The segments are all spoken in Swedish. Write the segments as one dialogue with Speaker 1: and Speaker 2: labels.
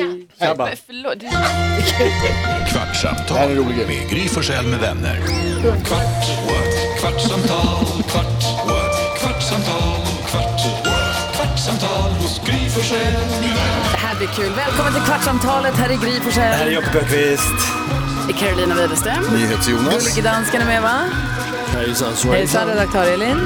Speaker 1: Tja.
Speaker 2: Tjabba.
Speaker 1: Men Förlåt. det-
Speaker 3: Kvartsamtal
Speaker 2: Det här är en rolig grej.
Speaker 3: med Gry Forssell med vänner. Kvart, what? kvartsamtal, kvart, what? kvartsamtal, kvart, what? kvartsamtal hos Gry Forssell med vänner.
Speaker 4: Det här blir kul. Välkommen till Kvartsamtalet. Här är Gry Forssell.
Speaker 5: Här är Jakob Öqvist.
Speaker 4: Det är Carolina Widerström.
Speaker 2: NyhetsJonas.
Speaker 4: Gullige dansken är med, va? Hejsan, redaktör Elin.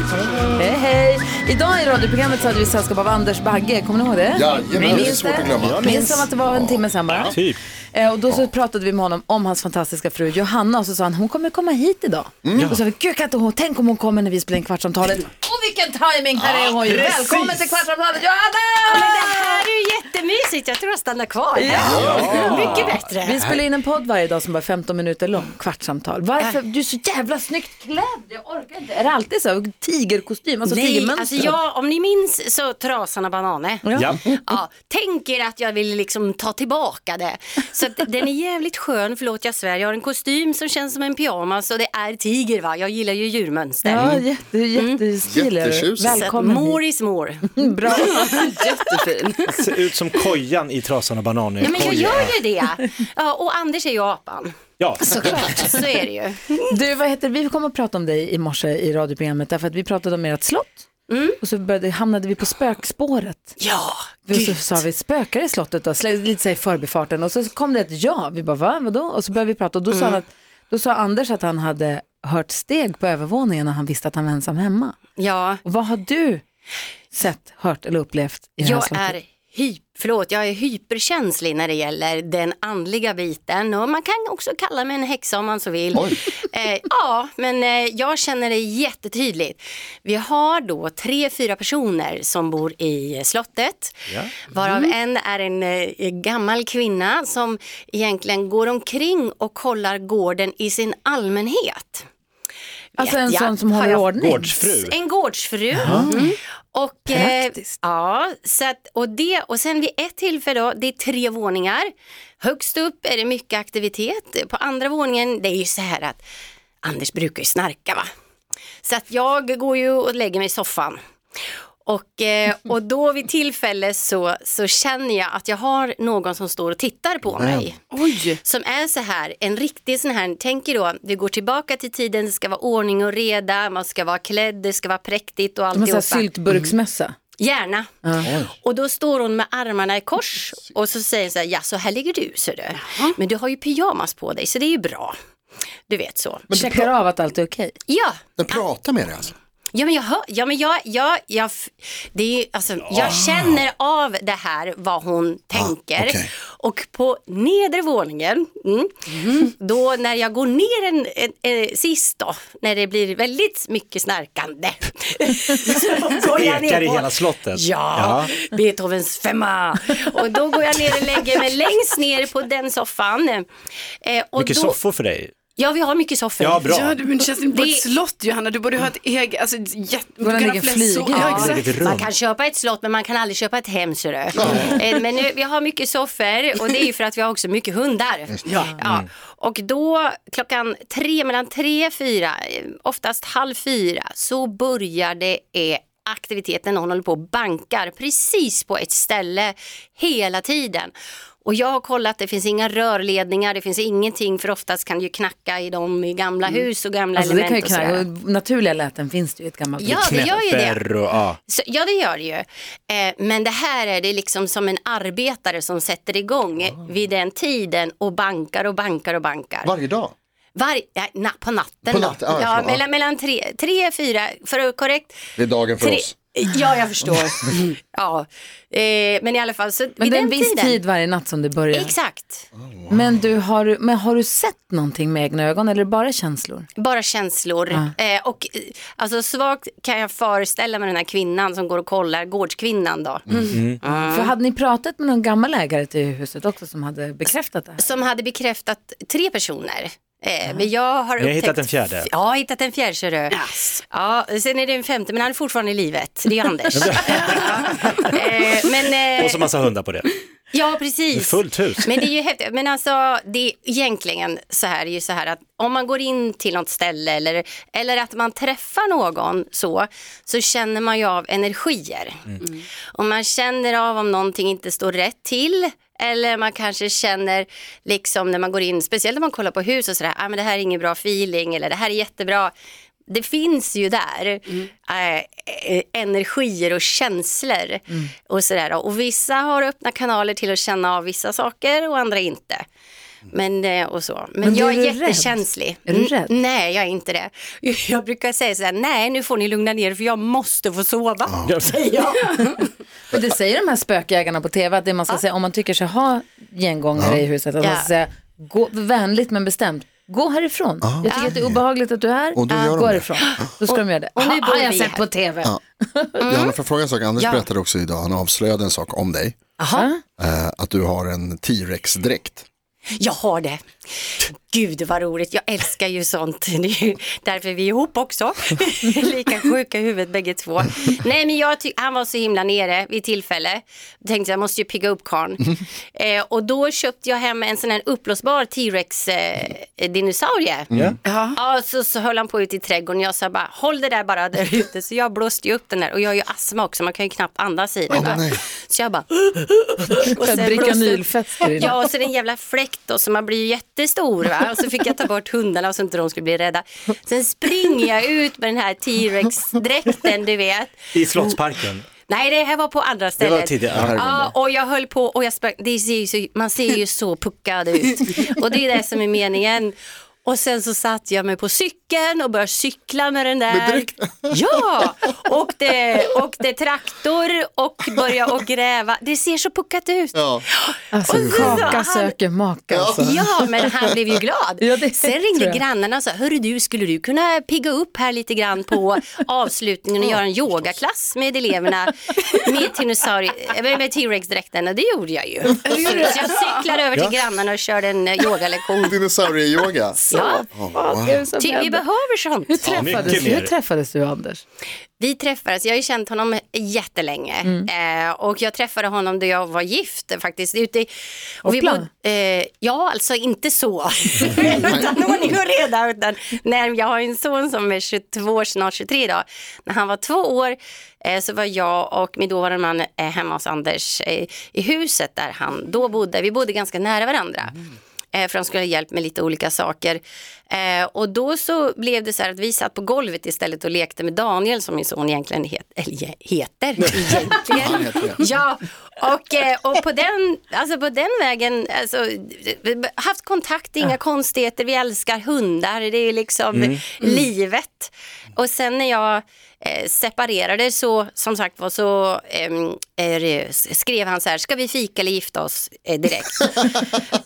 Speaker 4: Hej, hej. Idag i radioprogrammet så hade vi sällskap av Anders Bagge. Kommer ni ihåg det?
Speaker 2: Jajamän,
Speaker 4: Ni
Speaker 2: det är
Speaker 4: minns
Speaker 2: svårt att glömma. Jag
Speaker 4: Minns
Speaker 2: minns.
Speaker 4: som att det var en timme sen bara?
Speaker 5: Typ.
Speaker 4: Eh, Och då så pratade vi med honom om hans fantastiska fru Johanna och så sa han hon kommer komma hit idag.
Speaker 2: Mm.
Speaker 4: Och så sa vi, gud kan inte hon, tänk om hon kommer när vi spelar in Kvartsamtalet. Och vilken timing här är hon ju.
Speaker 5: precis.
Speaker 4: Välkommen till Kvartsamtalet Johanna!
Speaker 6: Det här är ju jättemysigt. Jag tror jag stannar kvar. Mycket bättre.
Speaker 4: Vi spelar in en podd varje dag som bara är 15 minuter lång, kvartssamtal.
Speaker 6: Äh.
Speaker 4: Varför? Du är så jävla snyggt klädd, jag orkar inte. Är det alltid så? här Tigerkostym, alltså
Speaker 6: Nej,
Speaker 4: tigermönster?
Speaker 6: alltså jag, om ni minns så Trasan och bananer.
Speaker 5: Ja.
Speaker 6: Ja, tänker att jag vill liksom ta tillbaka det. Så att den är jävligt skön, förlåt jag svär. Jag har en kostym som känns som en pyjamas och det är tiger va. Jag gillar ju djurmönster.
Speaker 4: Ja, jätte, jättestilig.
Speaker 2: Jättetjusigt.
Speaker 6: Så att
Speaker 4: Välkommen hit. Mm,
Speaker 6: more is more.
Speaker 4: Bra, jättefin.
Speaker 5: Ser ut som kojan i Trasan och bananer.
Speaker 6: Ja men jag
Speaker 5: Kojan.
Speaker 6: gör ju det. Ja, och Anders är ju apan.
Speaker 5: Ja.
Speaker 6: Så är det ju.
Speaker 4: Du, vad heter Vi kommer att prata om dig i morse i radioprogrammet därför att vi pratade om ert slott.
Speaker 6: Mm.
Speaker 4: Och så började, hamnade vi på spökspåret.
Speaker 6: Ja,
Speaker 4: Och
Speaker 6: gud.
Speaker 4: så sa vi spökar i slottet då, Slä- lite så här i förbifarten. Och så kom det ett ja, vi bara va, vadå? Och så började vi prata och då, sa,
Speaker 6: Mm.
Speaker 4: han att, då sa Anders att han hade hört steg på övervåningen när han visste att han var ensam hemma.
Speaker 6: Ja.
Speaker 4: Och vad har du sett, hört eller upplevt i det här
Speaker 6: Jag
Speaker 4: slottet?
Speaker 6: är, hy- förlåt, jag är hyperkänslig när det gäller den andliga biten och man kan också kalla mig en häxa om man så vill.
Speaker 2: Oj.
Speaker 6: Eh, ja, men eh, jag känner det jättetydligt. Vi har då tre, fyra personer som bor i slottet, varav
Speaker 4: Mm.
Speaker 6: en är en eh, gammal kvinna som egentligen går omkring och kollar gården i sin allmänhet.
Speaker 4: Alltså en
Speaker 6: Ja,
Speaker 4: sån som
Speaker 6: har
Speaker 4: håller
Speaker 6: jag-
Speaker 4: ordning?
Speaker 5: Gårdsfru.
Speaker 6: En gårdsfru. Mm. Och, eh, ja, så att, och, det, och sen vid ett tillfälle, då, det är tre våningar. Högst upp är det mycket aktivitet. På andra våningen, det är ju så här att Anders brukar ju snarka va. Så att jag går ju och lägger mig i soffan. Och, eh, och då vid tillfälle så, så känner jag att jag har någon som står och tittar på mig.
Speaker 1: Oj.
Speaker 6: Som är så här, en riktig sån här, tänk er då, vi går tillbaka till tiden, det ska vara ordning och reda, man ska vara klädd, det ska vara präktigt och
Speaker 4: De har sån här
Speaker 6: alltihopa.
Speaker 4: syltburksmössa.
Speaker 6: Mm. Gärna. Och då står hon med armarna i kors och så säger hon så här, ja så här ligger du ser du. Men du har ju pyjamas på dig så det är ju bra. Du vet så.
Speaker 4: Mm. Checkar av att allt är okej.
Speaker 6: Ja,
Speaker 2: Den pratar med dig alltså.
Speaker 6: Ja men jag hör, ja men jag, jag, jag, f- det är ju, alltså, jag känner av det här vad hon
Speaker 5: Ah,
Speaker 6: tänker.
Speaker 2: okej.
Speaker 6: Och på nedre våningen, mm,
Speaker 5: Mhm.
Speaker 6: då när jag går ner en, en, en, sist då, när det blir väldigt mycket snarkande. så går jag
Speaker 5: Ekar i
Speaker 6: ner
Speaker 5: hela
Speaker 6: på,
Speaker 5: slottet.
Speaker 6: Ja, Beethovens femma. Och då går jag ner och lägger mig längst ner på den soffan. Eh, och
Speaker 5: Mycket
Speaker 6: då,
Speaker 5: soffor för dig.
Speaker 6: Ja, vi har mycket soffor.
Speaker 5: Ja, bra.
Speaker 1: Ja, du men det känns inte på
Speaker 6: Det-
Speaker 1: ett slott Johanna, du borde ha ett eget, alltså ett jätte... du
Speaker 4: en
Speaker 1: kan ha
Speaker 4: egen
Speaker 1: flest
Speaker 4: flyga.
Speaker 1: soffor.
Speaker 4: Ja,
Speaker 1: Ja,
Speaker 5: Ett
Speaker 1: exakt.
Speaker 5: eget rum.
Speaker 6: Man kan köpa ett slott men man kan aldrig köpa ett hem ser du. Eh, Men nu, vi har mycket soffor och det är ju för att vi har också mycket hundar. Ja. Och då klockan tre, mellan tre, fyra, eh, oftast halv fyra så börjar det eh, aktiviteten när hon håller på och bankar precis på ett ställe hela tiden. Och jag har kollat, det finns inga rörledningar, det finns ingenting för oftast kan det ju knacka i de i gamla hus och gamla
Speaker 4: Alltså det
Speaker 6: element
Speaker 4: kan ju
Speaker 6: och sådär.
Speaker 4: knäcka. Naturliga läten finns det ju i ett gammalt
Speaker 6: Ja, det gör ju det.
Speaker 5: Knäpper och ja.
Speaker 6: Så, ja, det gör det ju. Eh, men det här är det liksom som en arbetare som sätter igång
Speaker 2: Ah.
Speaker 6: eh, vid den tiden och bankar och bankar och bankar.
Speaker 2: Varje dag.
Speaker 6: Var, ja, na, på natten.
Speaker 2: På
Speaker 6: då.
Speaker 2: natten, ja,
Speaker 6: ja,
Speaker 2: förlåt, ja.
Speaker 6: mellan, mellan tre, tre, fyra, för att korrekt.
Speaker 2: Det är dagen för
Speaker 6: Tre,
Speaker 2: oss.
Speaker 6: ja, jag förstår. ja, eh, men i alla fall, så
Speaker 4: Men
Speaker 6: vid
Speaker 4: det är en
Speaker 6: den
Speaker 4: viss
Speaker 6: tiden.
Speaker 4: tid varje natt som det börjar.
Speaker 6: Exakt,
Speaker 4: Men, du, har, men har du sett någonting med egna ögon eller är det bara känslor?
Speaker 6: bara känslor. Eh, och eh, alltså, svagt kan jag föreställa mig den här kvinnan som går och kollar, gårdskvinnan då.
Speaker 2: Mm.
Speaker 4: För hade ni pratat med någon gammal ägare till huset också som hade bekräftat det här?
Speaker 6: som hade bekräftat tre personer. Eh, Men
Speaker 5: Ni
Speaker 6: jag har
Speaker 5: Mm. har
Speaker 6: upptäckt...
Speaker 5: hittat en fjärde.
Speaker 6: Ja, jag har hittat en fjärde, ser du.
Speaker 1: Yes.
Speaker 6: Ja, sen är det en femte, men han är fortfarande i livet. Det är Anders. ja. Eh, men, eh,
Speaker 5: Och så massa hundar på det.
Speaker 6: ja,
Speaker 5: Det är
Speaker 6: precis.
Speaker 5: fullt hus.
Speaker 6: Men det är ju häftigt. Men alltså, det är egentligen så här, det är ju så här att om man går in till något ställe eller, eller att man träffar någon så, så känner man ju av energier. Och man känner av om någonting inte står rätt till Eller man kanske känner, liksom när man går in, speciellt när man kollar på hus och sådär, ah, men det här är ingen bra feeling eller det här är jättebra. Det finns ju där
Speaker 4: Mm.
Speaker 6: eh, eh, energier och känslor
Speaker 4: Mm.
Speaker 6: och sådär. Och vissa har öppna kanaler till att känna av vissa saker och andra inte. Men, eh, och så. men,
Speaker 4: Men
Speaker 6: jag är
Speaker 4: blir du rädd?
Speaker 6: jättekänslig.
Speaker 4: Är du
Speaker 6: Mm,
Speaker 4: rädd?
Speaker 6: Nej, jag är inte det. Jag brukar säga så här, nej nu får ni lugna ner er för jag måste få sova.
Speaker 4: Men det säger de här spökjägarna på tv att det man ska säga om man tycker sig ha gengångare i huset, att man
Speaker 6: Ja.
Speaker 4: ska säga gå, vänligt men bestämt, gå härifrån. Jag tycker att det är obehagligt att du är här,
Speaker 2: Och då gör de
Speaker 4: gå
Speaker 2: det.
Speaker 4: härifrån. Då ska de göra det.
Speaker 6: och nu
Speaker 4: Ha,
Speaker 6: bor
Speaker 4: har jag
Speaker 6: vi
Speaker 4: sett
Speaker 6: här.
Speaker 4: på tv.
Speaker 2: Johanna, får jag fråga en sak? Anders
Speaker 6: Mm. Ja.
Speaker 2: berättade också idag, han avslöjade en sak om dig.
Speaker 4: Aha.
Speaker 2: Eh, att du har en T-rex-dräkt.
Speaker 6: Jag har det. Gud vad roligt, jag älskar ju sånt. Det är ju därför vi är ihop också. Lika sjuka i huvudet bägge två. Nej men jag ty- han var så himla nere vid tillfälle. Tänkte jag måste ju pigga upp karln. Eh, och då köpte jag hem en sån här uppblåsbar T-rex eh, dinosaurie.
Speaker 1: Ja.
Speaker 6: Ja, så, så höll han på ute i trädgården. Jag sa bara, håll det där bara där ute. Så jag blåste ju upp den där. Och jag har ju astma också, man kan ju knappt andas i den. va?
Speaker 2: nej.
Speaker 6: så jag bara... och
Speaker 4: Att dricka
Speaker 6: blåste-
Speaker 4: nylfester i den.
Speaker 6: Ja, och så den jävla fläkt då, så man blir ju jättestor. Va? Och så fick jag ta bort hundarna så inte de skulle bli rädda. Sen springer jag ut med den här T-Rex-dräkten, du vet.
Speaker 5: I Slottsparken.
Speaker 6: Nej, det här var på andra stället.
Speaker 5: tidigare.
Speaker 6: Ja, och jag höll på och jag sprang. Det ser ju så, man ser ju så puckad ut. Och det är det som är meningen. Och sen så satte jag mig på cykeln och började cykla med den där. Ja, åkte, åkte traktor och började och gräva. Det ser så puckat ut.
Speaker 2: Ja.
Speaker 4: Alltså,
Speaker 6: Och så sa
Speaker 4: kaka
Speaker 6: han-
Speaker 4: söker maka. Alltså.
Speaker 6: Ja, men han blev ju glad.
Speaker 4: Ja, det
Speaker 6: Sen
Speaker 4: tror
Speaker 6: ringde
Speaker 4: jag.
Speaker 6: grannarna och sa, hörru du, skulle du kunna pigga upp här lite grann på avslutningen och göra en yogaklass med eleverna med dinosaurie- eh, med T-Rex-dräkten? Och det gjorde jag ju. Så jag cyklade över till grannarna och körde en eh, yogalektion.
Speaker 2: Dinosaurie-yoga.
Speaker 6: Ja,
Speaker 2: Oh, wow.
Speaker 4: Vad är det som
Speaker 6: ty- vi
Speaker 4: händer?
Speaker 6: behöver sånt.
Speaker 4: Hur träffades,
Speaker 5: mycket mer.
Speaker 4: hur träffades du Anders?
Speaker 6: Vi träffades, jag har ju känt honom jättelänge eh, och jag träffade honom då jag var gift faktiskt. Ute i, och vi
Speaker 4: Hoppla.
Speaker 6: bodde- eh, ja, alltså inte så, utan ordning och reda. Utan, när jag har ju en son som är 22, snart 23 idag. När han var två år eh, så var jag och min dåvarande man eh, hemma hos Anders eh, i huset där han då bodde. Vi bodde ganska nära varandra. Eh, för de skulle ha hjälp med lite olika saker. Eh, och då så blev det så här att vi satt på golvet istället och lekte med Daniel som min son egentligen het, eller, ge- heter.
Speaker 2: Han
Speaker 6: egentligen.
Speaker 2: heter det.
Speaker 6: ja, och, eh, och på, den, alltså på den vägen, alltså, vi har haft kontakt, inga konstigheter, vi älskar hundar, det är liksom livet. Och sen när jag eh, separerade så, som sagt var, så ehm, är det- skrev han så här, ska vi fika eller gifta oss eh, direkt?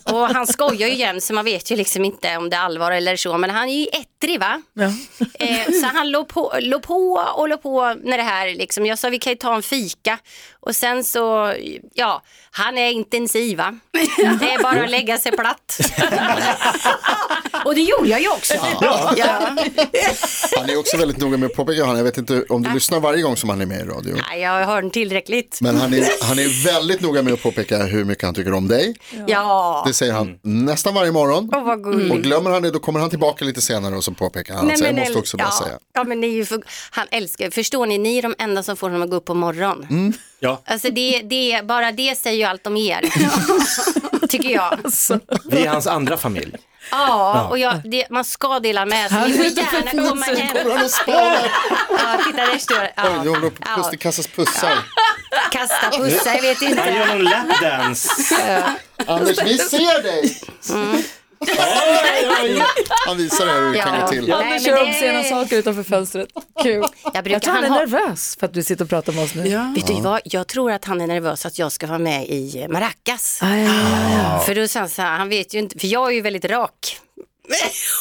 Speaker 6: Och han skojar ju jämt så man vet ju liksom inte om det är allvar eller så. Men han är ju ettrig va? Eh, så han låg på, låg på och låg på när det här liksom. Jag sa vi kan ju ta en fika. Och sen så, ja, han är intensiv va? Det är bara att lägga sig platt. och det gjorde jag ju också. Ja.
Speaker 2: Han är också väldigt noga med att påpeka, Johanna, jag vet inte om du lyssnar varje gång som han är med i radio.
Speaker 6: Nej, jag har hört tillräckligt.
Speaker 2: Men han är, han är väldigt noga med att påpeka hur mycket han tycker om dig.
Speaker 6: Ja.
Speaker 2: Det säger han nästan varje morgon.
Speaker 6: Åh, vad gulligt.
Speaker 2: Och glömmer han det, då kommer han tillbaka lite senare och så påpekar han.
Speaker 6: Nej,
Speaker 2: att så jag
Speaker 6: men
Speaker 2: måste också bara
Speaker 6: ja,
Speaker 2: säga.
Speaker 6: Ja, men ni är ju för, han älskar, förstår ni, ni är de enda som får honom att gå upp på morgonen.
Speaker 2: Mm.
Speaker 5: Ja,
Speaker 6: Alltså det, det, bara det säger ju allt om er. Tycker jag.
Speaker 5: vi är hans andra familj.
Speaker 6: Ja, och jag, det, man ska dela med sig. Ni får gärna komma hem.
Speaker 2: Kommer han och spanar?
Speaker 6: Ja, titta där står
Speaker 2: Oj, nu håller
Speaker 6: ja.
Speaker 2: de på att puss, det kastas pussar.
Speaker 6: Kasta pussar, jag vet
Speaker 5: Han
Speaker 6: inte.
Speaker 5: gör någon lapdance.
Speaker 2: Anders, vi ser dig! Oj, oj, oj. Han visar dig hur det kan gå till.
Speaker 6: Ja. Nej,
Speaker 4: Anders
Speaker 6: men
Speaker 4: kör
Speaker 6: det-
Speaker 4: obscena saker utanför fönstret. Kul.
Speaker 6: Jag brukar-
Speaker 4: jag tror han är
Speaker 6: han har-
Speaker 4: nervös för att du sitter och pratar med oss nu.
Speaker 1: Ja.
Speaker 6: Vet du vad, jag tror att han är nervös att jag ska vara med i eh, Maracas.
Speaker 4: Aj, aj, aj.
Speaker 6: För då sa han så här, han vet ju inte, för jag är ju väldigt rak.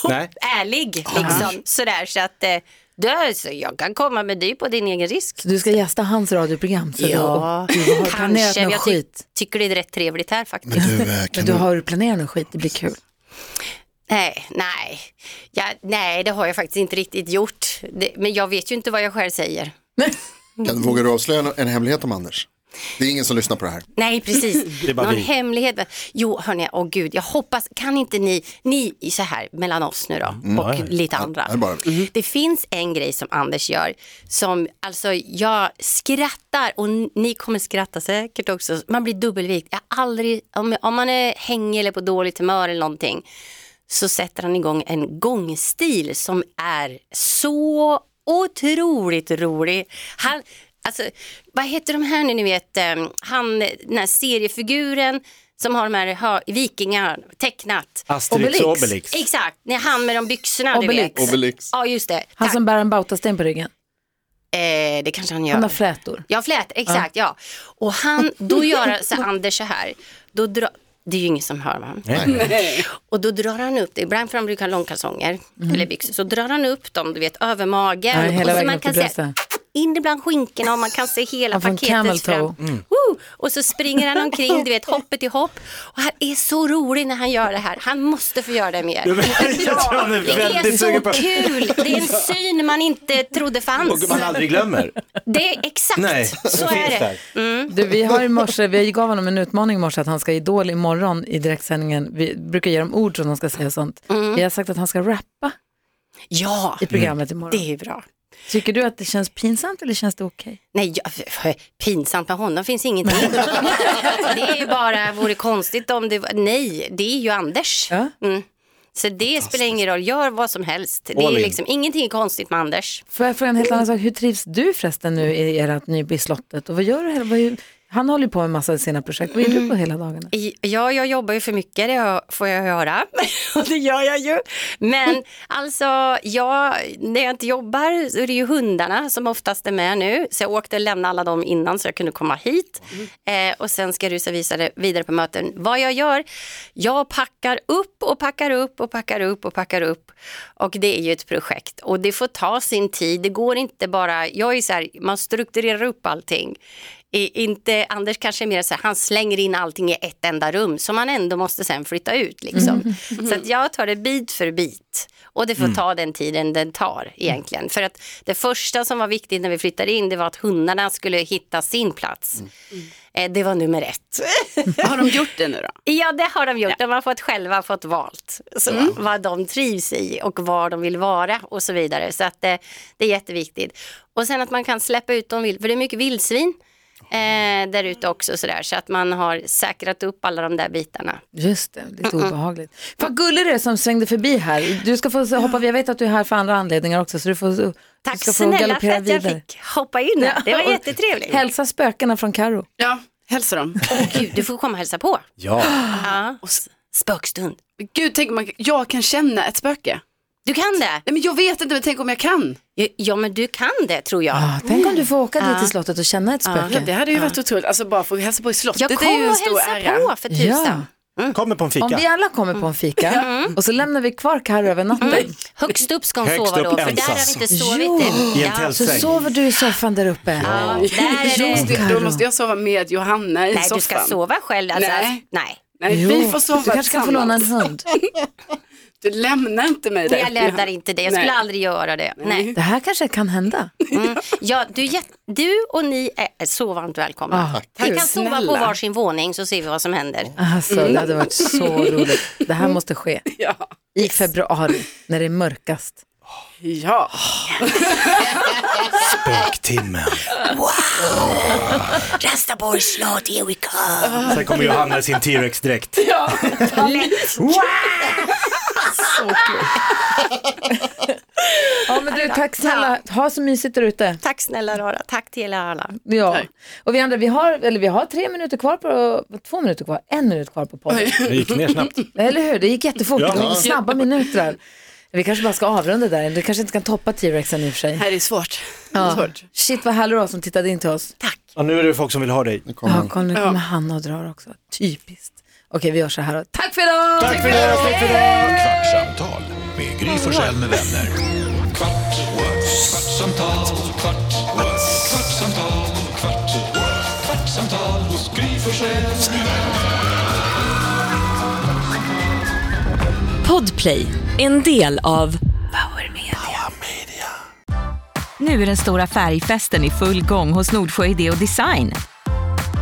Speaker 6: Och
Speaker 5: Nej.
Speaker 6: Ärlig
Speaker 4: Ah.
Speaker 6: liksom. Sådär så att, eh, dö, så jag kan komma med dig på din egen risk.
Speaker 4: Så du ska gästa hans radioprogram? Så
Speaker 6: Ja,
Speaker 4: du, du har planerat
Speaker 6: kanske.
Speaker 4: någon
Speaker 6: Jag ty-
Speaker 4: skit. Mm.
Speaker 6: tycker det är rätt trevligt här faktiskt.
Speaker 2: Men du, eh,
Speaker 4: Men
Speaker 2: kan
Speaker 4: du
Speaker 2: du...
Speaker 4: har planerat någon skit, det blir kul.
Speaker 6: Nej, nej. Ja, nej, det har jag faktiskt inte riktigt gjort. Det, men jag vet ju inte vad jag själv säger.
Speaker 2: Kan, vågar du avslöja en- en hemlighet om Anders? Det är ingen som lyssnar på det här.
Speaker 6: Nej, precis.
Speaker 5: Det är bara
Speaker 6: Någon
Speaker 5: vi.
Speaker 6: hemlighet. Jo, hörni, åh gud, jag hoppas, kan inte ni, ni är så här mellan oss nu då och
Speaker 5: ja.
Speaker 6: lite andra.
Speaker 2: det är bara vi.
Speaker 6: Det finns en grej som Anders gör som, alltså jag skrattar och n- ni kommer skratta säkert också. Man blir dubbelvikt. Jag har aldrig, om, om man är hängig eller på dåligt humör eller någonting så sätter han igång en gångstil som är så otroligt rolig. Han, alltså, vad heter de här nu, ni vet, eh, han, den här seriefiguren som har de här hö- vikingar tecknat.
Speaker 5: Asterix och Obelix.
Speaker 6: Exakt, när han med de byxorna,
Speaker 4: Obelix.
Speaker 6: du vet.
Speaker 2: Obelix.
Speaker 6: Ja, just det.
Speaker 4: Han
Speaker 6: Tack.
Speaker 4: som bär en bautasten på ryggen.
Speaker 6: Eh, det kanske han gör.
Speaker 4: Han har flätor.
Speaker 6: Ja, flät, exakt, ja. Och han, då gör så Anders så här, då dra, det är ju ingen som hör honom. Och då drar han upp det, ibland för han brukar ha långkalsonger eller byxor, så drar han upp dem, du vet, över magen.
Speaker 4: Mm. Ja, hela
Speaker 6: och så
Speaker 4: vägen
Speaker 6: man
Speaker 4: upp till
Speaker 6: kan se,
Speaker 4: bröstet.
Speaker 6: in ibland skinkorna och man kan se hela
Speaker 4: Han får en camel
Speaker 6: paketet
Speaker 4: toe.
Speaker 6: fram.
Speaker 5: Mm.
Speaker 6: Woo! Och så springer han omkring, du vet, hoppet i hopp. Och han är så rolig när han gör det här. Han måste få göra det mer.
Speaker 5: Jag vet, jag tror han är
Speaker 6: Det är
Speaker 5: väldigt sugen på-
Speaker 6: så kul! Det är en syn man inte trodde fanns.
Speaker 5: Och man aldrig glömmer.
Speaker 6: Det är exakt,
Speaker 5: Nej,
Speaker 6: så är
Speaker 5: finns
Speaker 6: det.
Speaker 5: där.
Speaker 6: Mm.
Speaker 4: Du, vi har i morse, vi gav honom en utmaning i morse att han ska Idol imorgon i direktsändningen. Vi brukar ge dem ord som de ska säga och sånt.
Speaker 6: Mm.
Speaker 4: Vi har sagt att han ska rappa
Speaker 6: Ja,
Speaker 4: i programmet imorgon.
Speaker 6: Mm. det är bra.
Speaker 4: Tycker du att det känns pinsamt eller känns det okej?
Speaker 6: Nej, jag, pinsamt med honom finns ingenting. det är bara, vore konstigt om det var, nej, det är ju Anders.
Speaker 4: Ja.
Speaker 6: Mm. Så det spelar ingen roll, gör vad som helst. Det
Speaker 5: All
Speaker 6: är
Speaker 5: in.
Speaker 6: liksom, ingenting är konstigt med Anders.
Speaker 4: Får jag fråga en helt annan sak? Hur trivs du förresten nu i ert nya i slottet? Och vad gör du? här? Vad gör- Han håller ju på med massa sina projekt. Vad gör du på hela dagarna?
Speaker 6: I- Ja, jag jobbar ju för mycket, det hör- får jag höra. Och det gör jag ju. Men alltså, jag, när jag inte jobbar så är det ju hundarna som oftast är med nu. Så jag åkte och lämnade alla dem innan så jag kunde komma hit. Eh, och sen ska jag rusa visare- vidare på möten. Vad jag gör? Jag packar upp och packar upp och packar upp och packar upp. Och det är ju ett projekt. Och det får ta sin tid. Det går inte bara... Jag är så här, man strukturerar upp allting. I, inte, Anders kanske är mer så här, han slänger in allting i ett enda rum som man ändå måste sen flytta ut. Liksom. Så att jag tar det bit för bit och det får ta den tiden den tar egentligen. För att det första som var viktigt när vi flyttade in det var att hundarna skulle hitta sin plats. Eh, Det var nummer ett.
Speaker 1: Har de gjort det nu då?
Speaker 6: Ja, det har de gjort. De har fått själva fått valt så, vad de trivs i och var de vill vara och så vidare. Så att det, det är jätteviktigt. Och sen att man kan släppa ut dem, vill- för det är mycket vildsvin eh, där ute också. Så, där, så att man har säkrat upp alla de där bitarna.
Speaker 4: Just det, lite obehagligt. Vad gullig du är som svängde förbi här. Du ska få se- hoppa, jag vet att du är här för andra anledningar också, så du, får, du
Speaker 6: Tack
Speaker 4: ska få
Speaker 6: snälla för
Speaker 4: galoppera
Speaker 6: att jag
Speaker 4: vidare.
Speaker 6: fick Mm. hoppa in. här. Det var
Speaker 4: och
Speaker 6: jättetrevligt.
Speaker 4: Hälsa spökena från Karo.
Speaker 1: Ja, hälsa dem.
Speaker 6: Åh, Gud, du får komma och hälsa på.
Speaker 5: Ja,
Speaker 6: Ja. Och s- spökstund.
Speaker 1: Gud, tänk om man, jag kan känna ett spöke.
Speaker 6: Du kan det.
Speaker 1: Nej, men jag vet inte, men tänk om jag kan.
Speaker 6: Ja, men du kan det tror jag.
Speaker 4: Ah, tänk om du får åka dit till slottet och känna ett spöke.
Speaker 1: Ja, det hade ju varit otroligt. Alltså bara få hälsa på i slottet
Speaker 6: Jag
Speaker 1: det är ju
Speaker 6: kommer
Speaker 1: en
Speaker 6: och
Speaker 1: stor
Speaker 6: hälsa
Speaker 1: ära.
Speaker 6: på för tusan.
Speaker 5: kommer på en
Speaker 4: Om vi
Speaker 5: fika.
Speaker 4: alla kommer på en fika
Speaker 6: Mm.
Speaker 4: och så lämnar vi kvar Karo över natten.
Speaker 6: Högst upp ska hon
Speaker 5: Högst
Speaker 6: sova
Speaker 5: upp
Speaker 6: då, för där
Speaker 5: ensam.
Speaker 6: har vi inte
Speaker 4: Jo.
Speaker 6: sovit än.
Speaker 5: I en
Speaker 4: Så
Speaker 5: tältsäng.
Speaker 4: sover du i soffan där uppe.
Speaker 6: Ja, där är det.
Speaker 1: Just det, då måste jag sova med Johanna i
Speaker 6: Nej,
Speaker 1: soffan.
Speaker 6: du ska sova själv. Alltså.
Speaker 1: Nej.
Speaker 6: Nej.
Speaker 1: Nej, vi får sova
Speaker 4: du kanske kan få låna en
Speaker 1: tillsammans.
Speaker 4: hund.
Speaker 1: Du lämnar inte mig där.
Speaker 6: Jag lämnar inte dig. Jag skulle
Speaker 1: Nej.
Speaker 6: aldrig göra det. Nej.
Speaker 4: Det här kanske kan hända.
Speaker 6: Mm. Ja, du, är jätte- du och ni är så varmt välkomna.
Speaker 4: Ah,
Speaker 6: Ni kan sova på
Speaker 1: Snälla.
Speaker 6: varsin våning så ser vi vad som händer.
Speaker 4: Alltså, det hade varit så
Speaker 6: Mm.
Speaker 4: roligt. Det här måste ske
Speaker 1: Ja.
Speaker 4: i februari när det är mörkast.
Speaker 1: ja.
Speaker 5: Spöktimmen.
Speaker 6: Rastaborgs slott, here we come.
Speaker 5: Sen kommer Johanna i sin T-Rex-dräkt.
Speaker 4: Ja, men du, tack snälla. Ha så mysigt där ute.
Speaker 6: Tack snälla Rara, tack till er alla.
Speaker 4: Ja. Och vi andra, vi har, eller vi har tre minuter kvar på, två minuter kvar, en minut kvar på podden.
Speaker 5: Det gick ner snabbt.
Speaker 4: Eller hur? Det gick jättefort.
Speaker 5: Ja.
Speaker 4: Det var snabba minuter. Vi kanske bara ska avrunda där. Du kanske inte kan toppa T-Rexen i och för sig.
Speaker 1: Här är svårt.
Speaker 4: Ja.
Speaker 1: svårt.
Speaker 4: Shit vad härlig du var som tittade in till oss.
Speaker 5: Ja, nu är det folk som vill ha dig.
Speaker 4: Ja, kolla, nu kommer Hanna och drar också. Typiskt. Okej, vi gör så här. då. Tack för idag!
Speaker 3: Kvartsamtal med Gry Forssell med vänner. Kvart, what? kvartsamtal, kvart, what? kvartsamtal, kvart, what? kvartsamtal hos Gry Forssell med vänner.
Speaker 7: Podplay, en del av Power Media. Nu är den stora färgfesten i full gång hos Nordsjö Idé och Design.